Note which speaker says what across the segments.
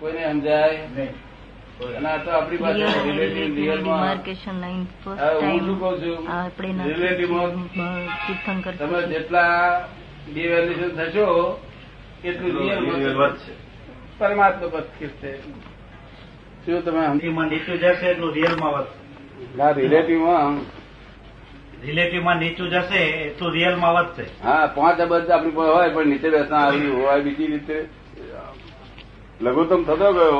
Speaker 1: કોઈને સમજાય
Speaker 2: નહીં
Speaker 1: અને આ તો આપણી પાસે રિલેટિવ રિયલમાં
Speaker 3: ડિમાર્કેશન લાઈન ફર્સ્ટ
Speaker 1: હવે હું શું
Speaker 3: ટાઈમ
Speaker 1: કહું છું
Speaker 3: આપણે નથી
Speaker 1: રિલેટિવમાં
Speaker 3: કીધું. તીર્થંકર
Speaker 1: તમે
Speaker 3: થશે.
Speaker 1: જેટલા ડિવેલ્યુશન થશો એટલું
Speaker 2: Individual
Speaker 1: રિયલ
Speaker 2: worth છે.
Speaker 1: પરમાત્મા પદ ખીરશે શું તમે સમજો?
Speaker 2: Relative માં નીચું જશે એટલું રિયલમાં વધશે
Speaker 1: ના રિલેટિવમાં
Speaker 2: રિલેટિવમાં નીચું જશે એટલું રિયલમાં વધશે
Speaker 1: હા પાંચ અબજ આપણી પાસે હોય પણ નીચે બેસના આવી હોય બીજી રીતે લઘુત્તમ થતો ગયો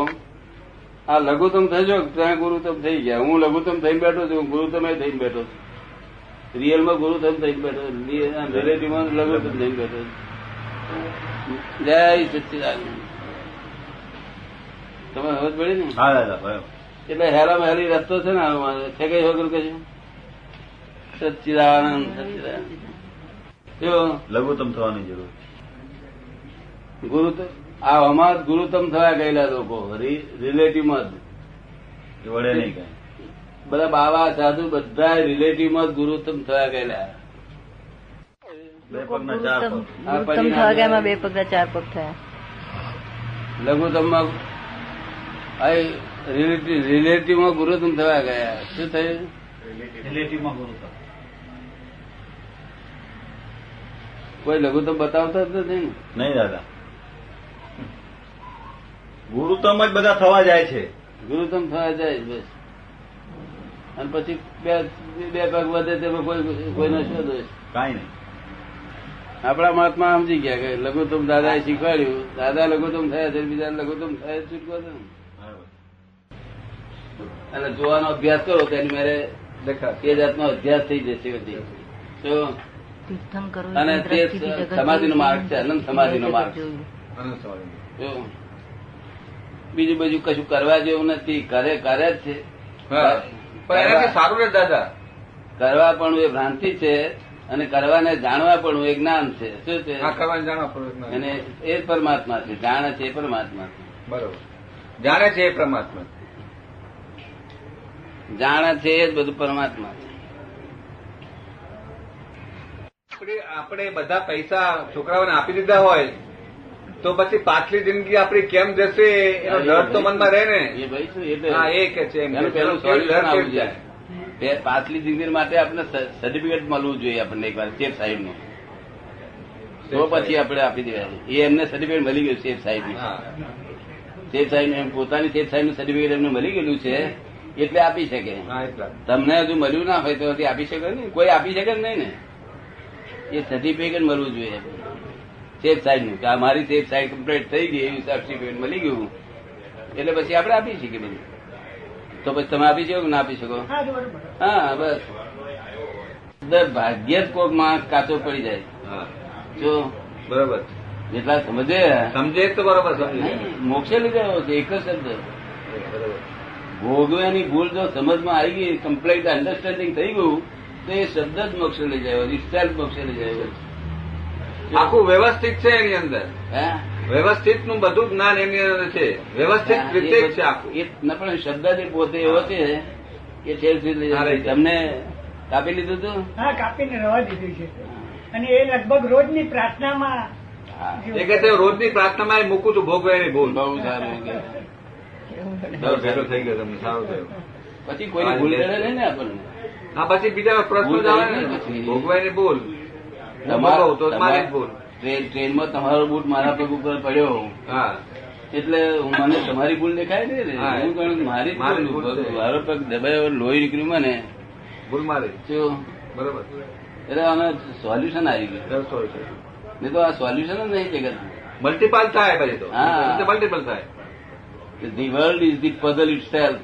Speaker 1: આ લઘુત્તમ થજો ત્યાં ગુરુત્તમ થઈ ગયા હું લઘુત્તમ થઈને બેઠો છું ગુરુત્તમ એ થઈને બેઠો છું રિયલમાં ગુરુત્તમ થઈને બેઠો છું. રિયલ- રિલેટિવમાં લઘુત્તમ થઈને બેઠો છું. જય સચ્ચિદાનંદ તમે સમજ પડી ને
Speaker 2: હા દાદા બરાબર.
Speaker 1: એટલે હેરામાં હેરી રસ્તો છે ને આમાં છે કઈ વગર કે છે સચ્ચિદાનંદ સચ્ચિદાનંદ જો
Speaker 2: લઘુત્તમ થવાની જરૂર છે.
Speaker 1: ગુરુ આ અમાર ગુરુતમ થયા ગયેલા લોકો રિલેટિવમાં
Speaker 2: એ વડે નહીં કાંઈ
Speaker 1: બધા બાવા સાધુ બધા રિલેટિવમાં જ ગુરુતમ થયા ગયેલા
Speaker 2: બે
Speaker 3: લોકો
Speaker 2: પગના ચાર
Speaker 3: ગુરુત્તમ
Speaker 2: પગ.
Speaker 1: આ
Speaker 3: ગુરુત્તમ
Speaker 1: પરિણામ
Speaker 3: થવા ગયા એમાં
Speaker 1: આવે.
Speaker 3: બે પગના ચાર પગ થયા
Speaker 1: લઘુત્તમમાં અહીં રિલેટિવ રિલેટિવમાં ગુરુતમ થયા ગયા શું થયું
Speaker 2: રિલેટિવમાં ગુરુત્તમ
Speaker 1: કોઈ લઘુત્તમ બતાવતા જ નથી ને
Speaker 2: નહીં દાદા ગુરુત્તમ જ બધા થવા જાય છે
Speaker 1: ગુરુતમ થયા જાય જ બસ અને પછી બે બે પગ વધે તેમાં કોઈ કોઈનો શું દોષ
Speaker 2: કાંઈ નહીં
Speaker 1: આપણા મહાત્મા સમજી ગયા કે લઘુત્તમ દાદાએ શીખવાડ્યું દાદા લઘુત્તમ થયા છે બીજા લઘુત્તમ થયા શીખવાડે
Speaker 2: બરાબર.
Speaker 1: અને જોવાનો અભ્યાસ કરો તો એની મારે તે જાતનો અભ્યાસ થઈ જશે બધી તો
Speaker 3: તીર્થંકરો
Speaker 1: અને તે
Speaker 3: દ્રષ્ટિથી જગત
Speaker 1: સમાધિનો
Speaker 3: જોયું.
Speaker 1: માર્ગ છે, અનંત સમાધિનો
Speaker 3: જગત
Speaker 1: માર્ગ.
Speaker 3: જોયું.
Speaker 1: જો બીજું બધું કશું કરવા જેવું નથી કરે કરે જ છે
Speaker 4: હા. પણ એનાથી સારું રહે દાદા
Speaker 1: કરવા પણ એ ભ્રાંતિ છે અને કરવાને જાણવા પણ એ જ્ઞાન છે શું છે
Speaker 4: આ કરવાની જાણવા પ્રયત્ન.
Speaker 1: અને એ જ પરમાત્મા છે જાણે છે એ પરમાત્મા છે
Speaker 4: બરોબર જાણે છે એ પરમાત્મા
Speaker 1: જાણે છે એ જ બધું પરમાત્મા છે
Speaker 4: આપણે આપણે બધા પૈસા છોકરાઓને આપી દીધા હોય તો પછી પાછલી જિંદગી આપણી કેમ જશે એનો ડર તો મનમાં રહે
Speaker 1: એ
Speaker 4: ને
Speaker 1: ભાઈ શું એટલે
Speaker 4: હા એ કે છે એમ.
Speaker 1: એનું પહેલું
Speaker 4: કેવી
Speaker 1: સોલ્યુશન
Speaker 4: ડર કેમ
Speaker 1: આવવું
Speaker 4: જાય?
Speaker 1: જોઈએ બે પાછલી જિંદગી માટે આપણે સર્ટિફિકેટ મળવું જોઈએ આપણને એકવાર સેફ સાઈડ નું તો પછી આપણે આપી દેવાનું એ એમને સર્ટિફિકેટ મળી ગયું સેફ સાઈડ નું
Speaker 4: હા.
Speaker 1: સેફ સાઈડ એમ પોતાની સેફ સાઈડ નું સર્ટિફિકેટ એમને મળી ગયેલું છે એટલે આપી શકે
Speaker 4: હા એટલા
Speaker 1: તમને હજુ મળ્યું ના હોય તો હજી આપી શકે ને કોઈ આપી શકે જ નહીં ને એ સર્ટિફિકેટ મળવું જોઈએ આપણને. સેફ સાઈડ નું કે આ મારી સેફ સાઈડ કમ્પ્લીટ થઈ ગઈ એવું સર્ટિફિકેટ મળી ગયું એટલે પછી આપણે આપી શકીએ બધું તો પછી તમે આપી શકો કે ના આપી શકો હા બસ દર ભાગ્યે જ કોક માણસ કાચો પડી જાય
Speaker 4: હા
Speaker 1: જો
Speaker 4: બરોબર
Speaker 1: જેટલા સમજે
Speaker 4: સમજે તો બરોબર સમજે
Speaker 1: નહીં, મોક્ષે લઈ ગયો છે એક જ શબ્દ
Speaker 4: બરોબર
Speaker 1: ભોગવાની ભૂલ જો સમજમાં આવી ગઈ કમ્પ્લીટ અન્ડરસ્ટેન્ડિંગ થઈ ગયું તો એ શબ્દ જ મોક્ષે લઈ જાય ડિસ્ટાઇલ મોક્ષે લઈ જાય
Speaker 4: આખું વ્યવસ્થિત છે એની અંદર
Speaker 1: હે
Speaker 4: વ્યવસ્થિત નું બધું જ્ઞાન એની અંદર છે વ્યવસ્થિત રીતે જ છે આખું
Speaker 1: એ ના પણ શબ્દ જ એ પોતે એવો છે કે છેક સુધી લઈ
Speaker 4: હા, લઈ
Speaker 1: જાય
Speaker 4: જાય.
Speaker 1: તમને કાપી લીધું હતું
Speaker 5: હા કાપીને રવા દીધું છે અને એ લગભગ રોજની પ્રાર્થનામાં
Speaker 1: હા.
Speaker 4: એ કે તે રોજની પ્રાર્થનામાં એ મૂકું છું ભોગવાની ભૂલ
Speaker 1: બહુ સારું કે
Speaker 4: બહુ ભેગો થઈ ગયો તમને સારું થયું
Speaker 1: પછી કોઈની ભૂલ કરે નહીં ને આપણને
Speaker 4: હા પછી બીજા પ્રશ્નો
Speaker 1: ભૂલ
Speaker 4: જ આવે
Speaker 1: થઈ
Speaker 4: ને
Speaker 1: ગઈ પછી.
Speaker 4: ભોગવાની ભૂલ હું ભોગવું તો મારી જ ભૂલ
Speaker 1: ટ્રેન ટ્રેનમાં તમારો બૂટ મારા પગ ઉપર પડ્યો
Speaker 4: હા
Speaker 1: એટલે હું- મને તમારી ભૂલ દેખાય નહીં ને
Speaker 4: હા.
Speaker 1: હું કહું મારી જ
Speaker 4: મારી જ
Speaker 1: ભૂલ
Speaker 4: ભૂલ છે.
Speaker 1: મારો પગ દબાયો લોહી નીકળ્યું મને
Speaker 4: ભૂલ મારી
Speaker 1: જો
Speaker 4: બરોબર
Speaker 1: એટલે આને સોલ્યુશન આવી ગયું નહીં તો આ સોલ્યુશન જ નહીં જગત
Speaker 4: મલ્ટીપલ થાય પછી તો
Speaker 1: હા.
Speaker 4: મલ્ટીપલ થાય
Speaker 1: the world is the puzzle itself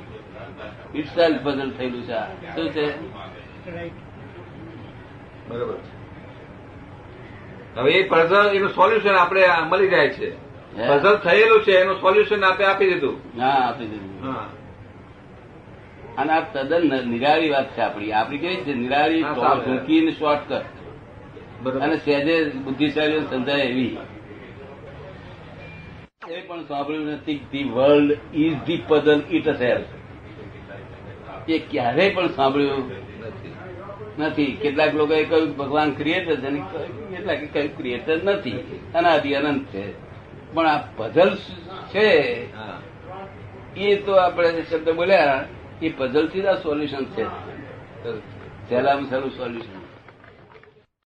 Speaker 1: itself puzzle થયેલું છે આ. શું છે
Speaker 5: રાઈટ
Speaker 4: બરોબર હવે એ પઝલ એનું સોલ્યુશન આપણે આ મળી જાય છે
Speaker 1: હે?
Speaker 4: પઝલ થયેલું છે એનું સોલ્યુશન આપણે આપી દીધું
Speaker 1: હા આપી દીધું
Speaker 4: હા
Speaker 1: અને આ તદ્દન નિરાળી વાત છે આપણી આપણી કેવી છે નિરાળી
Speaker 4: હા, સારું.
Speaker 1: ટૂંકી શોર્ટકટ
Speaker 4: બરોબર
Speaker 1: અને સહેજે બુદ્ધિશાળી સમજાય એવી એ પણ સાંભળ્યું નથી the world is the puzzle itself એ ક્યારેય પણ સાંભળ્યું
Speaker 4: નથી
Speaker 1: નથી કેટલાક લોકોએ કહ્યું કે ભગવાન ક્રિએટર છે અને કેટલાકે કહ્યું ક્રિએટર નથી અનાદિ અનંત છે પણ આ પઝલ છે
Speaker 4: હા
Speaker 1: એ તો આપણે જે શબ્દ બોલ્યા એ પઝલ થી જ આ સોલ્યુશન છે સહેલામાં સહેલું સોલ્યુશન